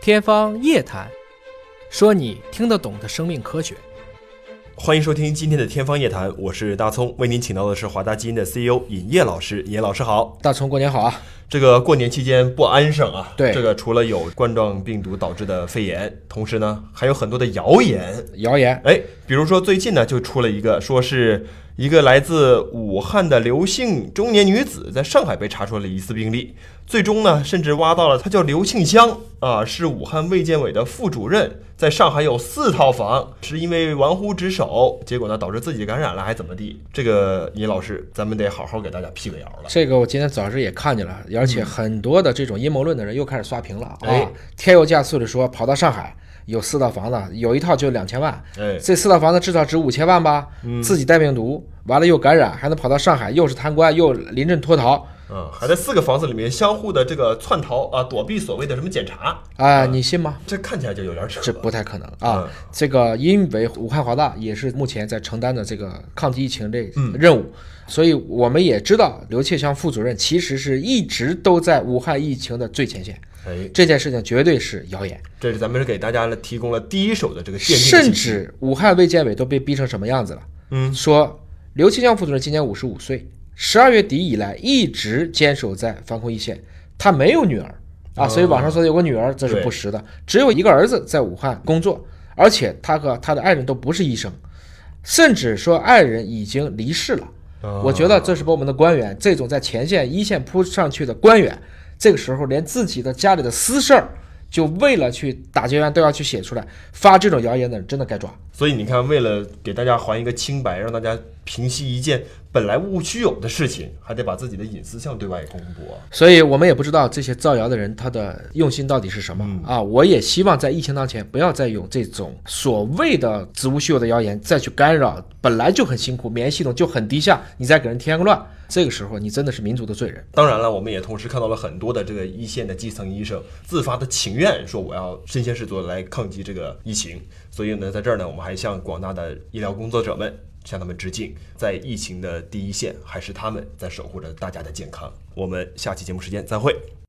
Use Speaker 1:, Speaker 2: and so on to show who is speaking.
Speaker 1: 天方夜谭，说你听得懂的生命科学。
Speaker 2: 欢迎收听今天的《天方夜谭》，我是大葱，为您请到的是华大基因的 CEO 尹烨老师。尹烨老师好，
Speaker 1: 大葱过年好啊！
Speaker 2: 这个过年期间不安生啊，
Speaker 1: 对
Speaker 2: 这个除了有冠状病毒导致的肺炎，同时呢还有很多的谣言。
Speaker 1: 谣言
Speaker 2: 哎，比如说最近呢就出了一个，说是一个来自武汉的刘姓中年女子在上海被查出了疑似病例，最终呢甚至挖到了她叫刘庆香啊，是武汉卫健委的副主任，在上海有四套房，是因为玩忽职守，结果呢导致自己感染了还怎么地？这个尹老师，咱们得好好给大家辟个谣了。
Speaker 1: 这个我今天早上也看见了，而且很多的这种阴谋论的人又开始刷屏了啊！
Speaker 2: 哎
Speaker 1: 添油加醋的说跑到上海有四套房子，有一套就两千万，
Speaker 2: 哎，
Speaker 1: 这四套房子至少值五千万吧？自己带病毒，完了又感染，还能跑到上海，又是贪官，又临阵脱逃
Speaker 2: 嗯，还在四个房子里面相互的这个窜逃啊，躲避所谓的什么检查，
Speaker 1: 啊、你信吗？
Speaker 2: 这看起来就有点扯。
Speaker 1: 这不太可能啊！
Speaker 2: 嗯
Speaker 1: 这个因为武汉华大也是目前在承担的这个抗击疫情这任务，所以我们也知道刘切香副主任其实是一直都在武汉疫情的最前线，
Speaker 2: 哎，
Speaker 1: 这件事情绝对是谣言，
Speaker 2: 这是咱们是给大家提供了第一手的这个鉴定的
Speaker 1: 甚
Speaker 2: 信息。
Speaker 1: 至武汉卫健委都被逼成什么样子了？
Speaker 2: 嗯，
Speaker 1: 说刘切香副主任今年五十五岁，十二月底以来一直坚守在防控一线，他没有女儿啊，所以网上说有个女儿这是
Speaker 2: 哦对
Speaker 1: 不实的，只有一个儿子在武汉工作，而且他和他的爱人都不是医生，甚至说爱人已经离世了。
Speaker 2: 啊
Speaker 1: 我觉得这是把我们的官员这种在前线一线扑上去的官员，这个时候连自己的家里的私事儿，就为了去打结缘都要去写出来，发这种谣言的人真的该抓。
Speaker 2: 所以你看，为了给大家还一个清白，让大家平息一件本来毋须有的事情，还得把自己的隐私向对外公布啊。
Speaker 1: 所以我们也不知道这些造谣的人他的用心到底是什么、啊！我也希望在疫情当前，不要再用这种所谓的子无虚有的谣言再去干扰本来就很辛苦、免疫系统就很低下，你再给人添个乱，这个时候你真的是民族的罪人。
Speaker 2: 当然了，我们也同时看到了很多的这个一线的基层医生自发的情愿说我要身先士卒来抗击这个疫情。所以呢，在这儿呢，我们还向广大的医疗工作者们向他们致敬，在疫情的第一线，还是他们在守护着大家的健康。我们下期节目时间再会。